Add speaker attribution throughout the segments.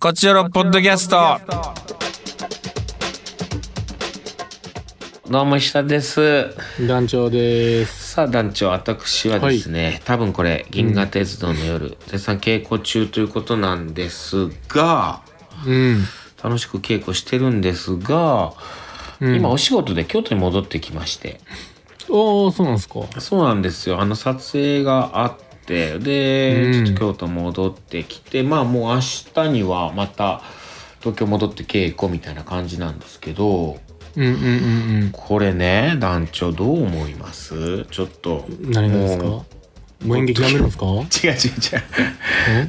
Speaker 1: こちらのポッドキャスト。
Speaker 2: どうも石田です。
Speaker 3: 団長です。
Speaker 2: さあ団長、私はですね、多分これ銀河鉄道の夜、絶賛稽古中ということなんですが、
Speaker 3: うん。
Speaker 2: 楽しく稽古してるんですが、今お仕事で京都に戻ってきまして、
Speaker 3: おお、そうなんですか。
Speaker 2: そうなんですよ。あの撮影があって、で、
Speaker 3: うん
Speaker 2: ちょっと京都戻ってきて、まあもう明日にはまた東京戻って稽古みたいな感じなんですけど、
Speaker 3: うんうんうん
Speaker 2: これね、団長どう思いますちょっと。
Speaker 3: うん。何がですか。
Speaker 2: も
Speaker 3: もう演劇やめるんですか。
Speaker 2: 違う違う違う。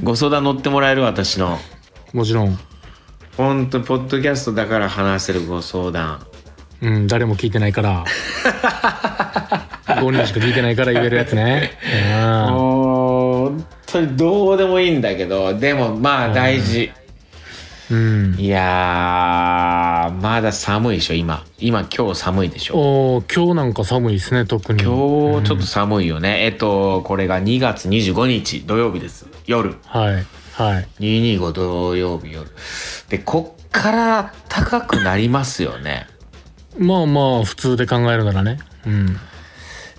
Speaker 2: ご相談乗ってもらえる私の。
Speaker 3: もちろん。
Speaker 2: ほんと、ポッドキャストだから話せるご相談。
Speaker 3: うん、誰も聞いてない から。五人しか聞いてないから言えるやつね。 うん
Speaker 2: もう、本当にどうでもいいんだけど、でもまあ大事。
Speaker 3: うん。
Speaker 2: いやー、まだ寒いでしょ、今。今、今日寒いでしょ。
Speaker 3: おお、今日なんか寒いですね、特に。
Speaker 2: 今日、ちょっと寒いよね。えっと、これが2月25日土曜日です。夜。
Speaker 3: はい。はい。
Speaker 2: 225土曜日夜。で、こっから高くなりますよね。
Speaker 3: まあまあ、普通で考えるならね。うん。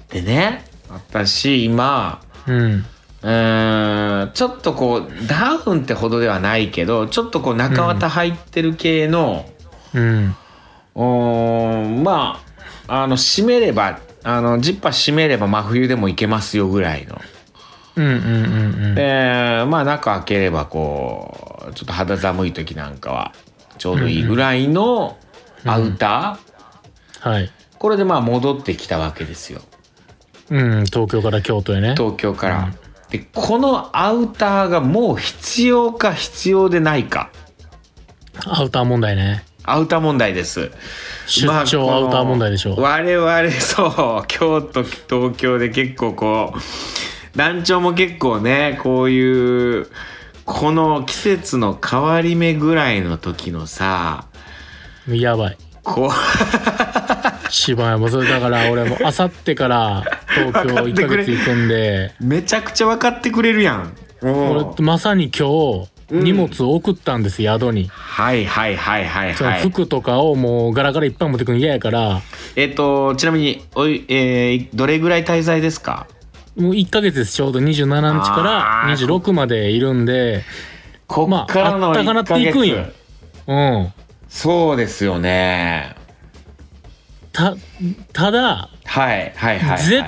Speaker 2: でね、私、今、
Speaker 3: うん。
Speaker 2: うーんちょっとこうダウンってほどではないけどちょっとこう中綿入ってる系の、
Speaker 3: うん。
Speaker 2: うーん、まああの締めればあのジッパー締めれば真冬でもいけますよぐらいの。
Speaker 3: うんうんうんうん。
Speaker 2: でまあ中開ければこうちょっと肌寒い時なんかはちょうどいいぐらいのアウター、
Speaker 3: はい。
Speaker 2: これでまあ戻ってきたわけですよ
Speaker 3: うん、東京から京都へね。
Speaker 2: 東京から。でこのアウターがもう必要か必要でないか
Speaker 3: アウター問題ね。
Speaker 2: アウター問題です。
Speaker 3: 出
Speaker 2: まあ
Speaker 3: 張アウター問題でしょ。
Speaker 2: この我々そう京都東京で結構こう団長も結構ねこういうこの季節の変わり目ぐらいの時のさ
Speaker 3: やばい。
Speaker 2: こ
Speaker 3: 一番やばい。それだから俺もあさってから東京1ヶ月行くんで、
Speaker 2: う めちゃくちゃ分かってくれるやん。
Speaker 3: 俺
Speaker 2: おう
Speaker 3: まさに今日、
Speaker 2: うん
Speaker 3: 荷物を送ったんです、宿に。
Speaker 2: はいはいはいはい
Speaker 3: その
Speaker 2: はい。
Speaker 3: 服とかをもうガラガラいっぱい持ってくの嫌やから、
Speaker 2: えっ、とちなみにおい、えーどれぐらい滞在ですか
Speaker 3: もう1ヶ月です、ちょうど27日から
Speaker 2: あー
Speaker 3: 26までいるんで、
Speaker 2: こっからの
Speaker 3: まああったかな
Speaker 2: 1
Speaker 3: って
Speaker 2: ヶ
Speaker 3: い
Speaker 2: 月、
Speaker 3: くんようん。
Speaker 2: そうですよね。
Speaker 3: た、ただ、
Speaker 2: はいはいはい、はい。
Speaker 3: 絶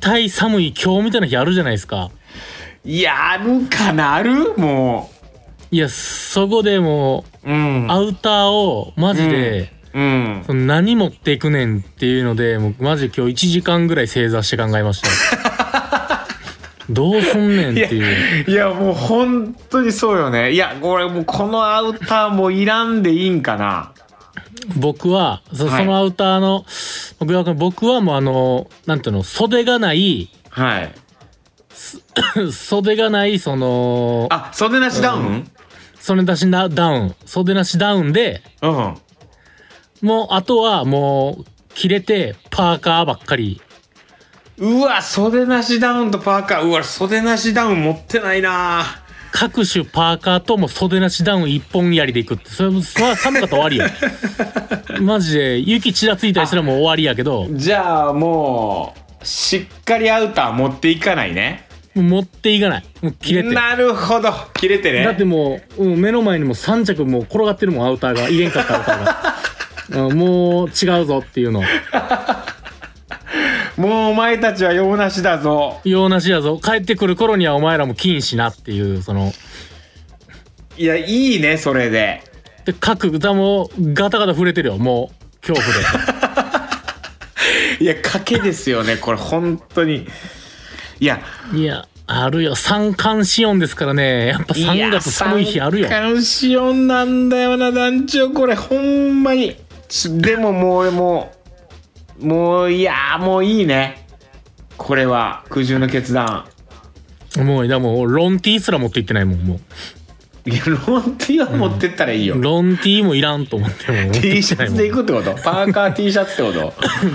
Speaker 3: 対寒い今日みたいな日あるじゃないですか。
Speaker 2: やるかなるも
Speaker 3: いや、そこでも
Speaker 2: う。うん
Speaker 3: う、アウターをマジで、
Speaker 2: うん。
Speaker 3: その何持っていくねんっていうので、もうマジ今日1時間ぐらい正座して考えました。 どうすんねんっていう。
Speaker 2: いや、もう本当にそうよね。いや、これもうこのアウターもいらんでいいんかな。
Speaker 3: 僕はそ、
Speaker 2: はい
Speaker 3: そのアウターの、僕は僕はもうあの、なんていうの、袖がない、
Speaker 2: はい。
Speaker 3: 袖がない、その、
Speaker 2: あ、袖なしダウン
Speaker 3: 袖出しなダウン、袖なしダウンで、
Speaker 2: うん。
Speaker 3: もうあとはもう、切れて、パーカーばっかり。
Speaker 2: うわ、袖なしダウンとパーカー。うわ、袖なしダウン持ってないな
Speaker 3: 各種パーカーとも袖なしダウン一本槍でいくって。それも、それは寒かったら終わりや。 マジで、雪ちらついたりしたらもう終わりやけど、
Speaker 2: じゃあもう、しっかりアウター持っていかないね。
Speaker 3: 持っていかない。もう切れて。だ
Speaker 2: なるほど。切れてね。
Speaker 3: ってもう、うん目の前にも3着もう転がってるもん、アウターが。入れんかったアウターが。うんもう違うぞっていうの。
Speaker 2: もうお前たちは用なしだぞ。
Speaker 3: 用なしやぞ。帰ってくる頃にはお前らも禁止なっていう、その。
Speaker 2: いや、いいね、それで。
Speaker 3: で、各歌もガタガタ触れてるよ、もう。恐怖
Speaker 2: い
Speaker 3: で。
Speaker 2: や、賭けですよね、これ、本当に。いや、
Speaker 3: いや、あるよ。三寒四温ですからね。やっぱ3月寒い日あるよ。
Speaker 2: カンシオンなんだよな、団長、これ、ほんまに。ちでも、もう、もう、もう、いやー、もういいね。これは、苦渋の決断。
Speaker 3: もう、だもう、ロンティーすら持って行ってないもん、も
Speaker 2: いや、ロンティーは持ってったらいいよ。
Speaker 3: う。ロンティーもいらんと思って、もう持って行
Speaker 2: T
Speaker 3: っ
Speaker 2: シ
Speaker 3: てな
Speaker 2: ャ
Speaker 3: い
Speaker 2: ツ
Speaker 3: もん。
Speaker 2: で行くってことパーカー T シャツってこと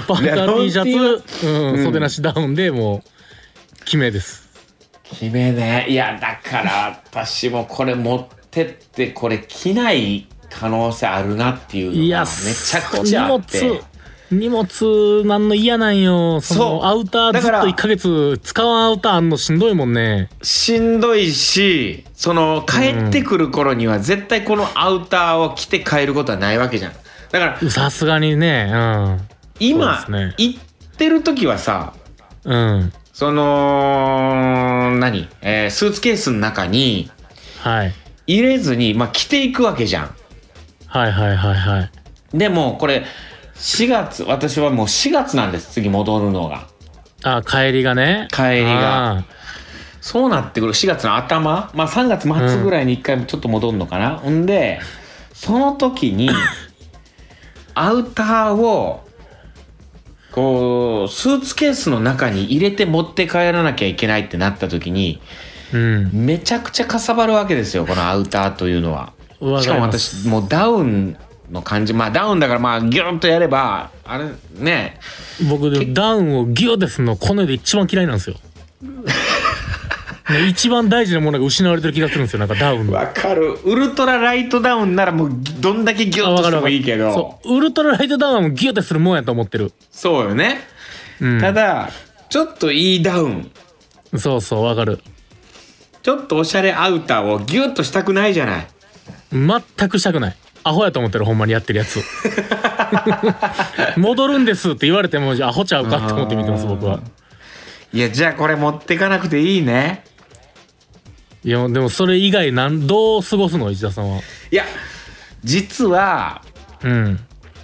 Speaker 3: パーカ
Speaker 2: いや
Speaker 3: ー T シ
Speaker 2: ロン
Speaker 3: ャツ、う
Speaker 2: うん
Speaker 3: ん、袖なしダウンで、もう、決めです。
Speaker 2: 決めね。いや、だから、私もこれ持ってってってこれ着ない可能性あるなっていうのが
Speaker 3: いや、
Speaker 2: めちゃくちゃあって
Speaker 3: 荷物、荷物なんの嫌なんよ。その
Speaker 2: そう
Speaker 3: アウター
Speaker 2: だ
Speaker 3: ずっ
Speaker 2: から
Speaker 3: と1ヶ月使わんアウターあんのしんどいもんね。
Speaker 2: しんどいしその帰ってくる頃には絶対このアウターを着て帰ることはないわけじゃんだから
Speaker 3: さすがにね、
Speaker 2: 今、
Speaker 3: そうですね
Speaker 2: 行ってる時はさ
Speaker 3: うん。うん。
Speaker 2: その何、えースーツケースの中に
Speaker 3: はい。
Speaker 2: 入れずに、まあ、着ていくわけじゃん
Speaker 3: はいはいはいはい。
Speaker 2: でもこれ4月私はもう4月なんです次戻るのが
Speaker 3: あ、帰りがね。
Speaker 2: 帰りが
Speaker 3: あ
Speaker 2: そうなってくる4月の頭まあ3月末ぐらいに1回ちょっと戻るのかな、ほんでその時 にアウターをこうスーツケースの中に入れて持って帰らなきゃいけないってなった時に
Speaker 3: ー。
Speaker 2: めちゃくちゃかさばるわけですよこのアウターというのは。
Speaker 3: うん。わ
Speaker 2: しか
Speaker 3: り
Speaker 2: も
Speaker 3: ます
Speaker 2: 私もうダウンの感じまあダウンだからまあギュンとやればあれね
Speaker 3: 僕でもダウンをギュッですんのこの世で一番嫌いなんですよ ね一番大事なものが失われてる気がするんですよなんかダウンの
Speaker 2: わかるウルトラライトダウンならもうどんだけギュッとしてもいいけど
Speaker 3: そうウルトラライトダウンもギュッてするもんやと思ってる、
Speaker 2: そうよね、
Speaker 3: うん、
Speaker 2: ただちょっといいダウン
Speaker 3: そうそうわかる
Speaker 2: ちょっとおしゃれアウターをギュッとしたくないじゃない
Speaker 3: 全くしたくないアホやと思ってるほんまにやってる やつ戻るんですって言われてもアホちゃうかと思って見てます僕はい
Speaker 2: やじゃあこれ持ってかなくていいね
Speaker 3: いやでもそれ以外なんどう過ごすの石田さんはい
Speaker 2: や実は
Speaker 3: うん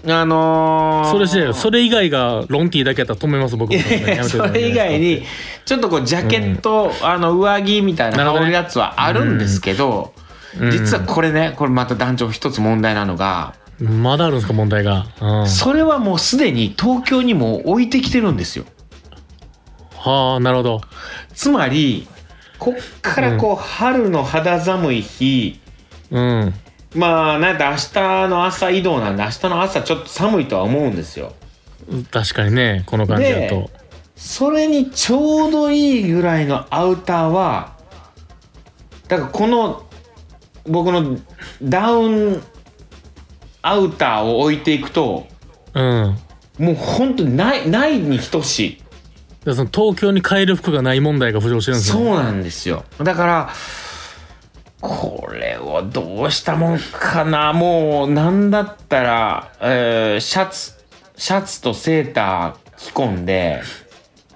Speaker 2: あのー、
Speaker 3: それ次第 よそれ以外がロンティーだけやったら止めます僕も
Speaker 2: それ以外にちょっとこうジャケット、あの上着みたいな
Speaker 3: なる
Speaker 2: 羽
Speaker 3: ほど
Speaker 2: 織
Speaker 3: ね
Speaker 2: るやつはあるんですけど、
Speaker 3: うん
Speaker 2: 実はこれねこれまた団長一つ問題なのが、
Speaker 3: まだあるんですか問題が。うん、は
Speaker 2: それはもうすでに東京にも置いてきてるんですよ
Speaker 3: あなるほど。
Speaker 2: つまりこっからこう、春の肌寒い日
Speaker 3: うん。
Speaker 2: まあなんて明日の朝移動なんで明日の朝ちょっと寒いとは思うんですよ
Speaker 3: 確かにねこの感じだと
Speaker 2: で。それにちょうどいいぐらいのアウターはだからこの僕のダウンアウターを置いていくと
Speaker 3: うん。
Speaker 2: もう本当にないないに等し
Speaker 3: でその東京に買える服がない問題が浮上してる
Speaker 2: い
Speaker 3: んです
Speaker 2: そ
Speaker 3: ね。
Speaker 2: うなんですよだからこれをどうしたもんかなもうなんだったら、えーシャツシャツとセーター着込んで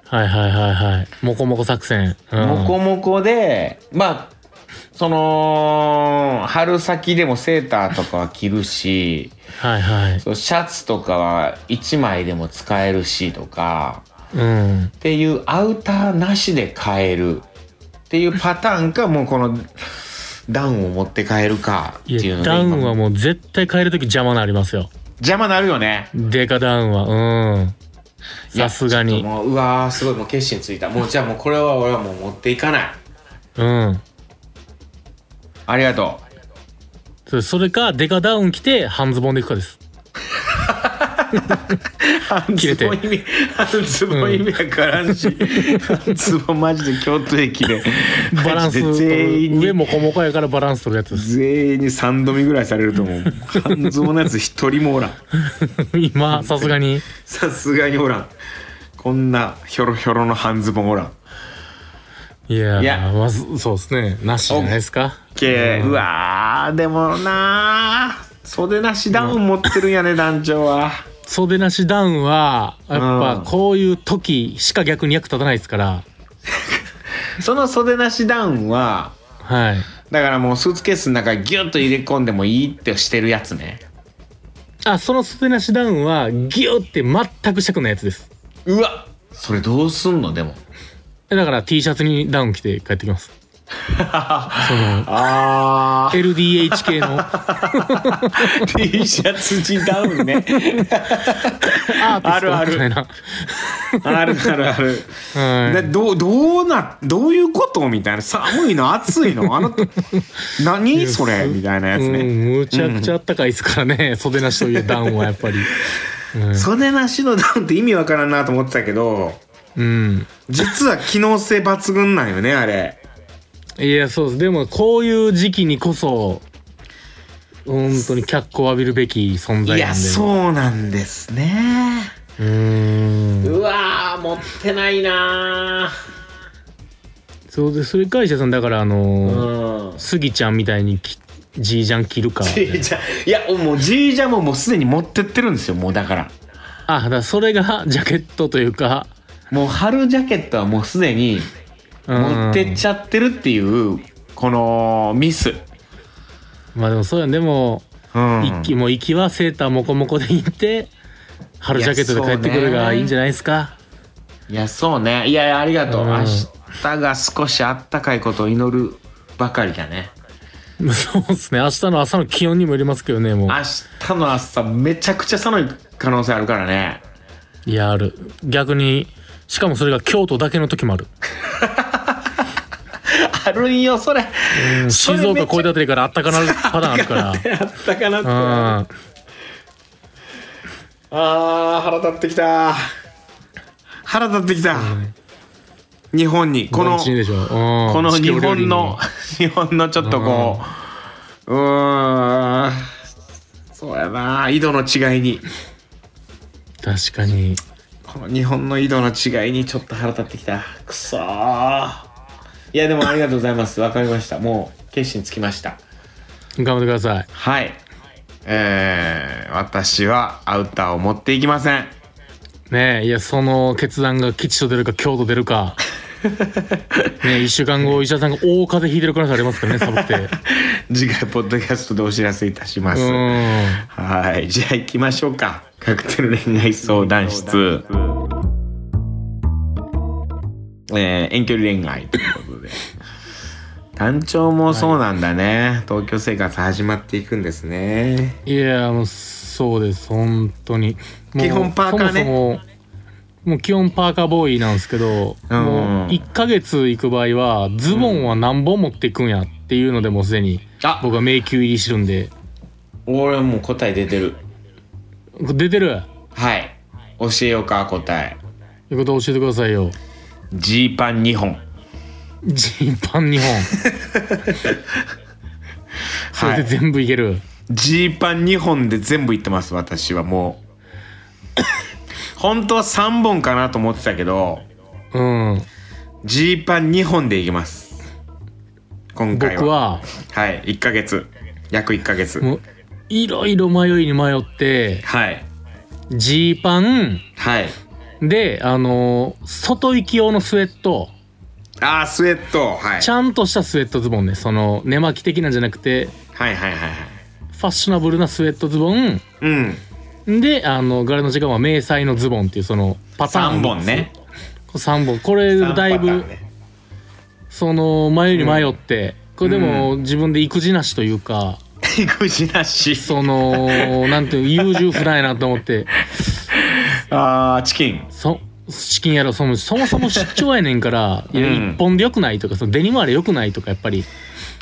Speaker 3: はいはいはいはい。モコモコ作戦。うん、
Speaker 2: もこもこで、まあ、その、春先でもセーターとかは着るし、
Speaker 3: はいはい。
Speaker 2: そうシャツとかは1枚でも使えるしとか、
Speaker 3: うん。
Speaker 2: っていうアウターなしで買えるっていうパターンか、もうこのダウンを持って帰るかって
Speaker 3: い
Speaker 2: いう
Speaker 3: や
Speaker 2: の
Speaker 3: ダウンは
Speaker 2: 今
Speaker 3: もう絶対買えるとき邪魔なりますよ。
Speaker 2: 邪魔なるよね。
Speaker 3: デカダウンは。うん。
Speaker 2: いや
Speaker 3: さすがに
Speaker 2: ちょっともう、うわー、すごい、もう決心ついた。もうじゃあもうこれは俺はもう持っていかない。
Speaker 3: うん。
Speaker 2: ありがと
Speaker 3: そそれかデカダウン着て半ズボンでいくかです。
Speaker 2: う。半
Speaker 3: 切れ
Speaker 2: ズ
Speaker 3: て
Speaker 2: ボン意味、 半ズボン意味わからんし、半ズボンマジで京都駅で、
Speaker 3: バランス
Speaker 2: マジで全員
Speaker 3: 上
Speaker 2: に、
Speaker 3: もこもこやからバランス取るやつです。
Speaker 2: 全員に3度見ぐらいされると思う。半ズボンのやつ一人もおらん。
Speaker 3: 今さすがに。
Speaker 2: さすがにおらん。こんなひょろひょろの半ズボンおらん。
Speaker 3: いやー
Speaker 2: いや
Speaker 3: まあ、そそうですね。なしじゃないですか。
Speaker 2: けうわー、でもなー、袖なしダウン持ってるんやね、団長は。
Speaker 3: 袖なしダウンは、やっ
Speaker 2: うん
Speaker 3: ぱこういう時しか逆に役立たないですから。
Speaker 2: その袖なしダウンは、
Speaker 3: はい。
Speaker 2: だからもうスーツケースの中にギュッと入れ込んでもいいってしてるやつね。
Speaker 3: あ、その袖なしダウンは、ギューって全く尺のやつです。
Speaker 2: うわそれどうすんのでも。
Speaker 3: だから T シャツにダウン着て帰ってきます。
Speaker 2: あ
Speaker 3: LDH 系 の。あ
Speaker 2: ー T シャツにダウンね あるある
Speaker 3: みたいな。
Speaker 2: あるあるある、
Speaker 3: は
Speaker 2: で
Speaker 3: い。
Speaker 2: どうどうなどういうことみたいな寒いの暑いのあの 何それみたいなやつ
Speaker 3: う
Speaker 2: ね、
Speaker 3: ん、むちゃくちゃあったかいですからね、袖なしというダウンはやっ ぱり。
Speaker 2: 袖なしのダウンって意味わからんなと思ってたけど
Speaker 3: うん。
Speaker 2: 実は機能性抜群なんよねあれ
Speaker 3: いや、そうです。でも、こういう時期にこそ、本当に脚光を浴びるべき存在なん
Speaker 2: い
Speaker 3: で。
Speaker 2: やそうなんですね
Speaker 3: う。ーん。
Speaker 2: うわー持ってないな
Speaker 3: そうで、それ会社さん、だからあの
Speaker 2: ー
Speaker 3: ー、
Speaker 2: うん
Speaker 3: スギちゃんみたいにき、じいじゃん着る か。
Speaker 2: じいちゃんいやもうじいちゃんももうすでに持ってってるんですよもうだから
Speaker 3: あ、だからそれがジャケットというか、
Speaker 2: もう春ジャケットはもうすでに
Speaker 3: うん
Speaker 2: 持ってっちゃってるっていうこのミス、
Speaker 3: まあでもそうやん、でも、
Speaker 2: うん、
Speaker 3: 一気、もう行きはセーターモコモコで行って、春ジャケットで帰ってくるがいいんじゃないですか。
Speaker 2: いやそうねいやいやありがとう、
Speaker 3: うん
Speaker 2: 明日が少しあったかいことを祈るばかりだね
Speaker 3: まあそうですね。明日の朝の気温にもよりますけどね、もう
Speaker 2: 明。日の朝めちゃくちゃ寒い可能性あるから ね
Speaker 3: いや、ある。逆に、しかもそれが京都だけの時もある。
Speaker 2: あるんよそれ、
Speaker 3: 静
Speaker 2: それ
Speaker 3: 岡
Speaker 2: めっ
Speaker 3: 越えたあたりからあったかなるパターンあ るから。
Speaker 2: ちゃあったかなってあ
Speaker 3: うん。
Speaker 2: あー腹立ってきた腹立ってきた、日本にこの
Speaker 3: 盆地でしょうん
Speaker 2: この
Speaker 3: 四
Speaker 2: 日
Speaker 3: 季折々に
Speaker 2: 本の日本のちょっとこううーんそうやな緯度の違いに
Speaker 3: 確かに。
Speaker 2: この日本の緯度の違いにちょっと腹立ってきたくそーいやでもありがとうございますわかりましたもう決心つきました
Speaker 3: 頑張ってください。
Speaker 2: はいえー、私はアウターを持っていきません
Speaker 3: ねえ、いや、その決断が吉と出るか京都出 るか。ねえ、一週間後、医者さんが大風邪ひいてる可能性ありますからね、寒くて。
Speaker 2: 次回ポッドキャストでお知らせいたします、
Speaker 3: う
Speaker 2: はいじゃあ行きましょうかカクテル恋愛相談室えー遠距離恋愛ということで単調もそうなんだね、東京生活始まっていくんですね
Speaker 3: ん。いや、もう、そうです、本当に。もう
Speaker 2: 基本パーカーね
Speaker 3: そもそももう基本パーカーボーイなんですけど、
Speaker 2: うん
Speaker 3: もう1ヶ月行く場合は、ズボンは何本持っていくんやっていうのでもうすでに、
Speaker 2: あ
Speaker 3: 僕は迷宮入りしてるんで、
Speaker 2: 俺もう答え出てる
Speaker 3: 出てる
Speaker 2: はい教えようか答え
Speaker 3: ということ教えてくださいよ。
Speaker 2: ジーパン2本
Speaker 3: ジーパン2本。 そ
Speaker 2: は
Speaker 3: れで
Speaker 2: い
Speaker 3: 全部いける。
Speaker 2: ジーパン2本で全部いってます私はもう 本当は3本かなと思ってたけど
Speaker 3: うん。
Speaker 2: ジーパン2本でいきます今回は
Speaker 3: 僕は、
Speaker 2: はい1ヶ月約1ヶ月
Speaker 3: もう、いろいろ迷いに迷って、
Speaker 2: はい
Speaker 3: ジーパン、
Speaker 2: はい
Speaker 3: で、あのー外行き用のスウェット、
Speaker 2: あースウェットはい
Speaker 3: ちゃんとしたスウェットズボンね。その、寝巻き的なんじゃなくて、
Speaker 2: はいはいはいはい
Speaker 3: ファッショナブルなスウェットズボン、
Speaker 2: うん
Speaker 3: で、あの、柄の時間は迷彩のズボンっていう、その、パターン。
Speaker 2: 3本ね。
Speaker 3: 3本。これ、だい
Speaker 2: 三
Speaker 3: ぶ
Speaker 2: パターン、ね
Speaker 3: その、迷いに迷って、これでも、自分で育児なしというか、
Speaker 2: 育児なし
Speaker 3: その、なんていう、優柔不断やなと思って、
Speaker 2: あーチキン
Speaker 3: そ資金やろそもそもそも出張やねんからいや
Speaker 2: うん
Speaker 3: 一本でよくないとかそのデニムあれよくないとかやっぱり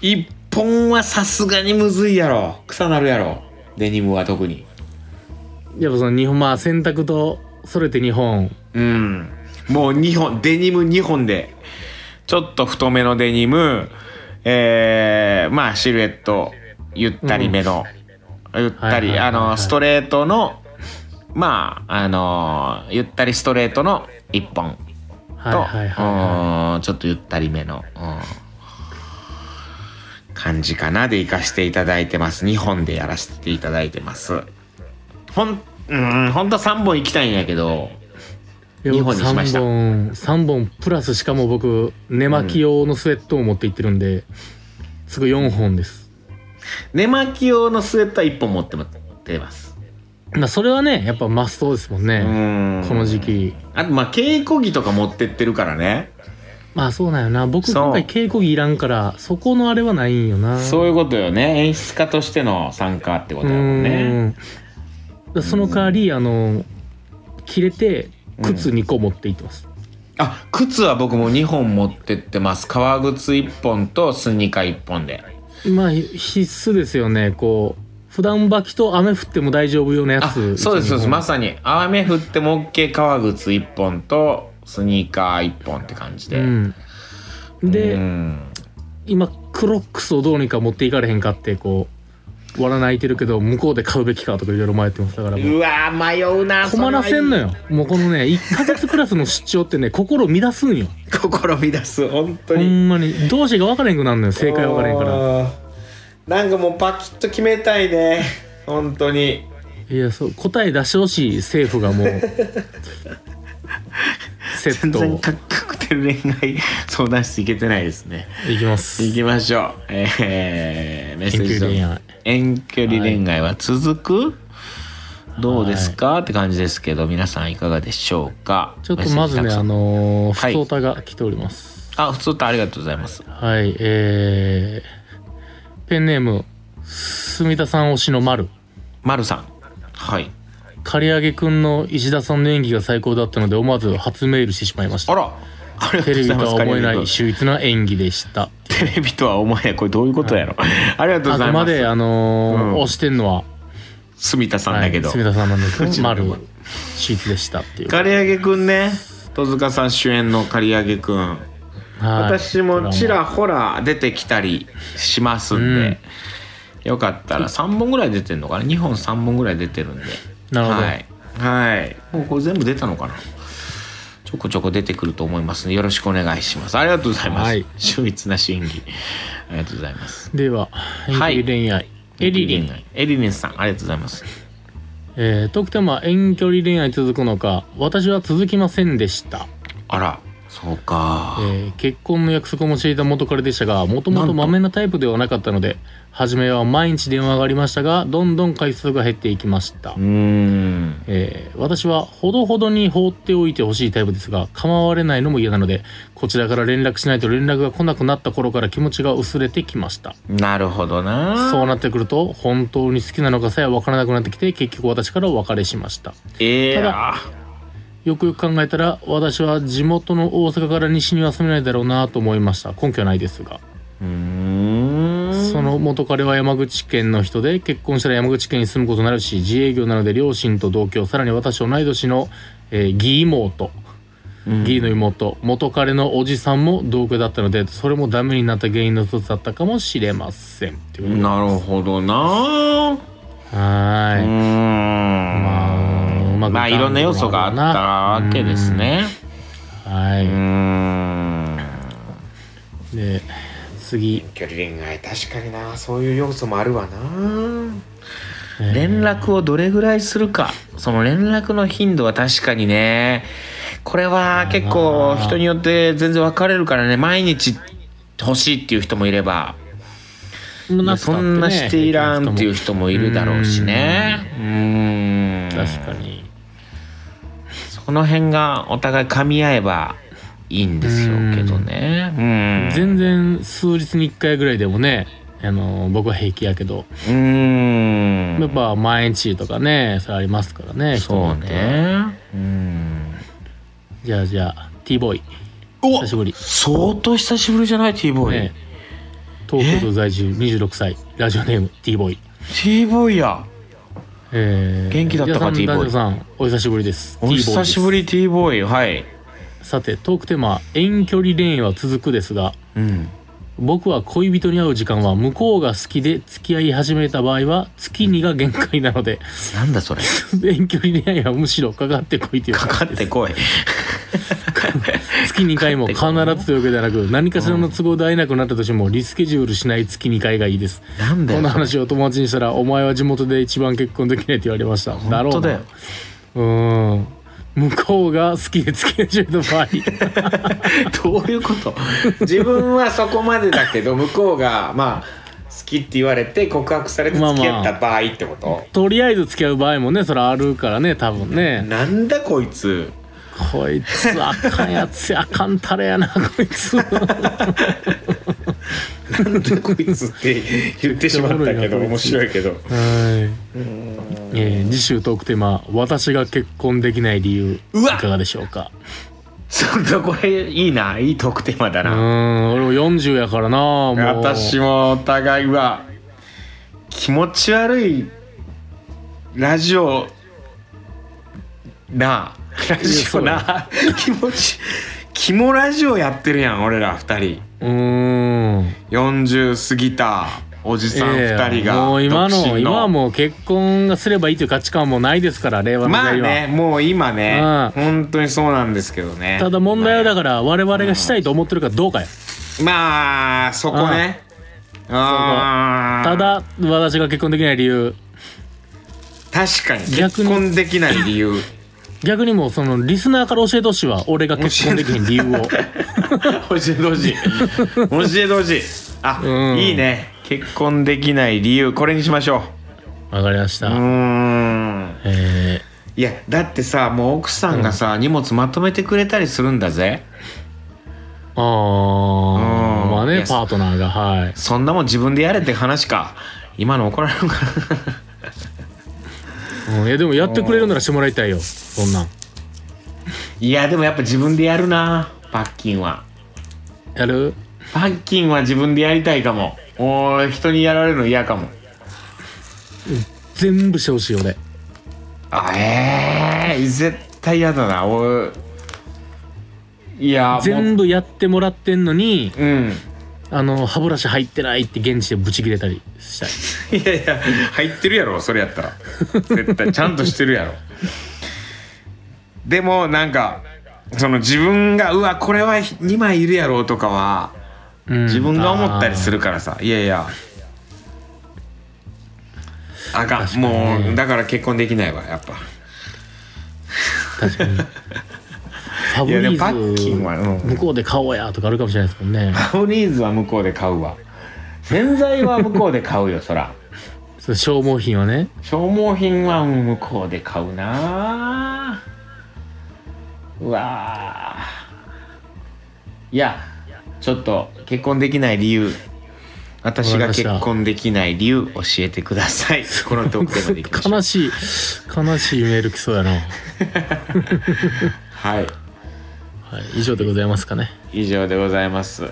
Speaker 2: 1本はさすがにむずいやろ草なるやろデニムは特に
Speaker 3: やっぱその日本まあ洗濯とそれて日本
Speaker 2: うんもう2本デニム2本でちょっと太めのデニムえー、まあシルエットゆったりめの、ゆったり、
Speaker 3: はいはいはいはい
Speaker 2: あのストレートのまああのゆったりストレートの1本
Speaker 3: はい
Speaker 2: と、
Speaker 3: はいはいは
Speaker 2: うんちょっとゆったりめの、うん感じかなで行かせていただいてます2本でやらせていただいてますほんうんほんと3本行きたいんやけど
Speaker 3: いいや僕
Speaker 2: 日本にしました
Speaker 3: 3本3本プラスしかも僕寝巻き用のスウェットを持っていってるんで、すぐ4本です
Speaker 2: 寝巻き用のスウェットは1本持ってます
Speaker 3: まあそれはねやっぱマストですもん
Speaker 2: う
Speaker 3: ね、
Speaker 2: ん
Speaker 3: この時期
Speaker 2: あとまあ稽古着とか持ってってるからね
Speaker 3: まあそうなんよな僕
Speaker 2: そう
Speaker 3: 今回稽古着いらんからそこのあれはないんよな
Speaker 2: そういうことよね演出家としての参加ってことだもんね
Speaker 3: うんその代わり、あの切れて靴2個持っていってます、
Speaker 2: あ靴は僕も2本持ってってます革靴1本とスニーカー1本で
Speaker 3: まあひ必須ですよねこう普段履きと雨降っても大丈夫ようなや
Speaker 2: あそう
Speaker 3: つ
Speaker 2: ですそうですま
Speaker 3: ま
Speaker 2: さに雨降っても OK 革靴1本とスニーカー1本って感じで、
Speaker 3: うんで、
Speaker 2: うん
Speaker 3: 今クロックスをどうにか持っていかれへんかってこうわら泣いてるけど向こうで買うべきかとかいろいろ迷ってますだからもう
Speaker 2: うわー迷うな
Speaker 3: 困らせんのよもうこのね1ヶ月クラスの出張ってね心を乱すんよ
Speaker 2: 心乱す本当
Speaker 3: ほ
Speaker 2: に
Speaker 3: んまにどうしていいか分からへんくなるのよ正解分からへんから
Speaker 2: らなんかもうパキッと決めたいね 本当に
Speaker 3: いやそう答え出してほしい政府がも うセ
Speaker 2: 全
Speaker 3: ット
Speaker 2: 然
Speaker 3: を
Speaker 2: カクテル恋愛 相談室いけてないですね
Speaker 3: いきます
Speaker 2: 行きましょうえー、メッセージ
Speaker 3: 遠距離恋愛
Speaker 2: 遠距離恋愛は続く、どうですか、って感じですけど皆さんいかがでしょうか
Speaker 3: ちょっとまず
Speaker 2: メッセージた
Speaker 3: ね
Speaker 2: くさ
Speaker 3: あ
Speaker 2: ん
Speaker 3: のー、
Speaker 2: はい
Speaker 3: ふつおたが来ております
Speaker 2: あ普通とありがとうございます
Speaker 3: はい、えー、ペンネーム住田さん推しの丸
Speaker 2: まるさんはい
Speaker 3: 刈り上げくんの石田さんの演技が最高だったので思わず初メールしてしまいまし
Speaker 2: あ
Speaker 3: た
Speaker 2: らありがと
Speaker 3: テ
Speaker 2: うご
Speaker 3: レビ
Speaker 2: ざい
Speaker 3: と
Speaker 2: ます
Speaker 3: は思えな
Speaker 2: カリ
Speaker 3: い
Speaker 2: ー
Speaker 3: 秀逸な演技でした
Speaker 2: 君テレビとは思えないこれどういうことやろ、ありがとう
Speaker 3: あ
Speaker 2: ござ
Speaker 3: く
Speaker 2: い
Speaker 3: ま
Speaker 2: ま
Speaker 3: ですあのー
Speaker 2: うん
Speaker 3: 推してんのは
Speaker 2: 住田さんだけど、
Speaker 3: はい、住田さんなんですけ
Speaker 2: うち
Speaker 3: ど
Speaker 2: の
Speaker 3: 丸
Speaker 2: 丸
Speaker 3: 秀逸でしたっていう
Speaker 2: 刈り上げくんね戸塚さん主演の刈り上げくん
Speaker 3: はい
Speaker 2: 私もちらほら出てきたりしますんで、よかったら3本ぐらい出てるのかな2本3本ぐらい出てるんで
Speaker 3: なるほど
Speaker 2: はい、はい、もうこれ全部出たのかなちょこちょこ出てくると思いますのでよろしくお願いしますありがとうございます、
Speaker 3: はい
Speaker 2: 秀逸な審議ありがとうございます
Speaker 3: では遠距
Speaker 2: は
Speaker 3: 離
Speaker 2: い
Speaker 3: 恋愛、エリリン
Speaker 2: エリリンさんありがとうございます
Speaker 3: えー、トークテーマは遠距離恋愛続くのか私は続きませんでした、
Speaker 2: あらそうか
Speaker 3: えー結婚の約束もしていた元彼でしたがもとも
Speaker 2: なんと
Speaker 3: とまめなタイプではなかったので初めは毎日電話がありましたがどんどん回数が減っていきました、
Speaker 2: うーん
Speaker 3: えー私はほどほどに放っておいてほしいタイプですが構われないのも嫌なのでこちらから連絡しないと連絡が来なくなった頃から気持ちが薄れてきました
Speaker 2: なるほどな
Speaker 3: そうなってくると本当に好きなのかさえ分からなくなってきて結局私からお別れしました
Speaker 2: ええ
Speaker 3: た
Speaker 2: や
Speaker 3: だよくよく考えたら私は地元の大阪から西には住めないだろうなと思いました根拠はないですが、
Speaker 2: うーん
Speaker 3: その元彼は山口県の人で結婚したら山口県に住むことになるし自営業なので両親と同居さらに私と同い年の、えー義妹
Speaker 2: うん
Speaker 3: 義の妹元彼のおじさんも同居だったのでそれもダメになった原因の一つだったかもしれませんっていうことで
Speaker 2: なるほどな
Speaker 3: は
Speaker 2: うー
Speaker 3: ーい、
Speaker 2: ん
Speaker 3: まあうまくいかん
Speaker 2: まあいろんな要素があったわけですね
Speaker 3: は
Speaker 2: うー
Speaker 3: い
Speaker 2: ん
Speaker 3: で次
Speaker 2: 距離恋愛確かになそういう要素もあるわな
Speaker 3: ね
Speaker 2: 連絡をどれぐらいするかその連絡の頻度は確かにねこれは結構人によって全然分かれるからね毎日欲しいっていう人もいればそんなしていらんっていう人もいるだろうしねうーん
Speaker 3: 確かに
Speaker 2: その辺がお互い噛み合えばいいんですよけどねうん
Speaker 3: 全然数日に1回ぐらいでもねあの僕は平気やけど、
Speaker 2: うーん
Speaker 3: やっぱ毎日とかねそれありますからね
Speaker 2: そう
Speaker 3: 人によっては
Speaker 2: ねうん
Speaker 3: じゃあじゃあ T ボーイ
Speaker 2: お
Speaker 3: 久しぶり
Speaker 2: 相当久しぶりじゃない T ボーイ、
Speaker 3: ね東京都在住26歳ラジオネーム T ボーイ
Speaker 2: T ボーイや
Speaker 3: えー
Speaker 2: 元気だったか
Speaker 3: 皆
Speaker 2: T-boy
Speaker 3: さん男女さんお久しぶりです
Speaker 2: お
Speaker 3: T-boy です
Speaker 2: 久しぶり T ボーイはい
Speaker 3: さてトークテーマ「遠距離恋愛は続く」ですが
Speaker 2: うん
Speaker 3: 僕は恋人に会う時間は向こうが好きで付き合い始めた場合は月2が限界なので
Speaker 2: なんだそれ
Speaker 3: 遠距離恋愛はむしろかかってこいという
Speaker 2: かかってこい
Speaker 3: 月2回も必ずというわけではなく何かしらの都合で会えなくなったとしてもリスケジュールしない月2回がいいです
Speaker 2: なんだよ
Speaker 3: この話を友達にしたら「お前は地元で一番結婚できない」って言われましたな
Speaker 2: 本当
Speaker 3: るほど
Speaker 2: だよ
Speaker 3: うーん向こうが好きで付き合い始めた場合
Speaker 2: どういうこと自分はそこまでだけど向こうがまあ好きって言われて告白されて
Speaker 3: まあ
Speaker 2: 付
Speaker 3: まあ
Speaker 2: き合った場合ってこと、
Speaker 3: とりあえず付き合う場合もねそれあるからね多分ね
Speaker 2: なんだこいつ
Speaker 3: こいつあかんやつやあかんたれやなこいつ
Speaker 2: なんだこいつって言ってしまった けど面白いけど
Speaker 3: はい、えー次週トークテーマ「私が結婚できない理由」
Speaker 2: う
Speaker 3: い
Speaker 2: わ
Speaker 3: かがでしょうか
Speaker 2: そんなこれいいないいトークテーマだ
Speaker 3: うー
Speaker 2: な、
Speaker 3: ん俺も40やからなもう
Speaker 2: 私もお互いは気持ち悪いラジオなあラジオな気持ちキモラジオやってるやん俺ら二人
Speaker 3: うーん
Speaker 2: 40過ぎたおじさん2人
Speaker 3: ええも
Speaker 2: が
Speaker 3: う今
Speaker 2: 独身
Speaker 3: の今はもう結婚がすればいいという価値観はもうないですから令和の
Speaker 2: ま
Speaker 3: 時
Speaker 2: あ
Speaker 3: 代は、
Speaker 2: ねもう今ね
Speaker 3: う
Speaker 2: 本当にそうなんですけどね
Speaker 3: ただ問題はだから我々がしたいと思ってるかどうかや、
Speaker 2: まあそこねあー
Speaker 3: ただ私が結婚できない理由
Speaker 2: 確かに
Speaker 3: 逆
Speaker 2: 結
Speaker 3: に
Speaker 2: 婚できない理 由
Speaker 3: 逆にもうそのリスナーから教えてほしいわ俺が結婚できへん理由を
Speaker 2: 教えてほしい教えてほしいあ、
Speaker 3: うん
Speaker 2: いいね結婚できない理由これにしましょ
Speaker 3: わかりました、
Speaker 2: ううーん
Speaker 3: え
Speaker 2: いやだってさもう奥さんがさ、荷物まとめてくれたりするんだぜ
Speaker 3: ー、ああ
Speaker 2: うん
Speaker 3: まあ
Speaker 2: い
Speaker 3: ね
Speaker 2: や
Speaker 3: パートナーがはい
Speaker 2: そんなもん自分でやれって話か今の怒られるかな
Speaker 3: うん、いやでもやってくれるならしてもらいたいよそんなん
Speaker 2: いやでもやっぱ自分でやるなパッキンは
Speaker 3: やる
Speaker 2: パッキンは自分でやりたいかもおー人にやられるの嫌かも
Speaker 3: 全部してほしい俺
Speaker 2: あえー、絶対嫌だなおいやもう
Speaker 3: 全部やってもらってんのに
Speaker 2: うん
Speaker 3: あの歯ブラシ入ってないって現地でブチ切れたりしたい
Speaker 2: いやいや入ってるやろそれやったら絶対ちゃんとしてるやろでもなんかその自分がうわこれは2枚いるやろとかは
Speaker 3: うん
Speaker 2: 自分が思ったりするからさ、いやいやあかん
Speaker 3: かにね
Speaker 2: もうだから結婚できないわやっぱ
Speaker 3: 確かにファ ブ
Speaker 2: いやでも
Speaker 3: リ
Speaker 2: パッキンは
Speaker 3: ー
Speaker 2: う
Speaker 3: ズ
Speaker 2: ん
Speaker 3: 向こうで買おうやとかあるかもしれないですもん ね
Speaker 2: マヨネーズは向こうで買う わ洗剤は向こうで買うよそら
Speaker 3: その消耗品はね
Speaker 2: 消耗品はうん向こうで買うなうわいやちょっと結婚できない理由私が結婚できない理由教えてくださいこのトークテーマでいきましょう
Speaker 3: 悲 しい悲しいメール来そうやな、は
Speaker 2: はい
Speaker 3: い、以上でございますかね
Speaker 2: 以上でございますはい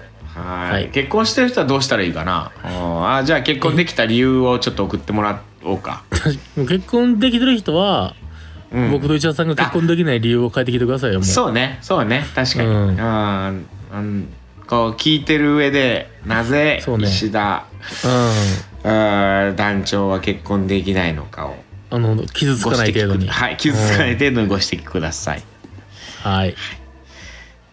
Speaker 3: はい
Speaker 2: 結婚してる人はどうしたらいいかなうんあじゃあ結婚できた理由をちょっと送ってもらおうか、
Speaker 3: 確かに結婚できてる人は、
Speaker 2: うん、
Speaker 3: 僕と石田さんが結婚できない理由を変えてきてくださいよもう
Speaker 2: そうねそうね確かに、う
Speaker 3: うんん
Speaker 2: うんこう聞いてる上でなぜ
Speaker 3: そうね
Speaker 2: 石田、
Speaker 3: うん
Speaker 2: うん団長は結婚できないのかを
Speaker 3: あの傷つかない程度
Speaker 2: ご指
Speaker 3: に
Speaker 2: 摘くはい傷つかない程度にご指摘ください、
Speaker 3: はい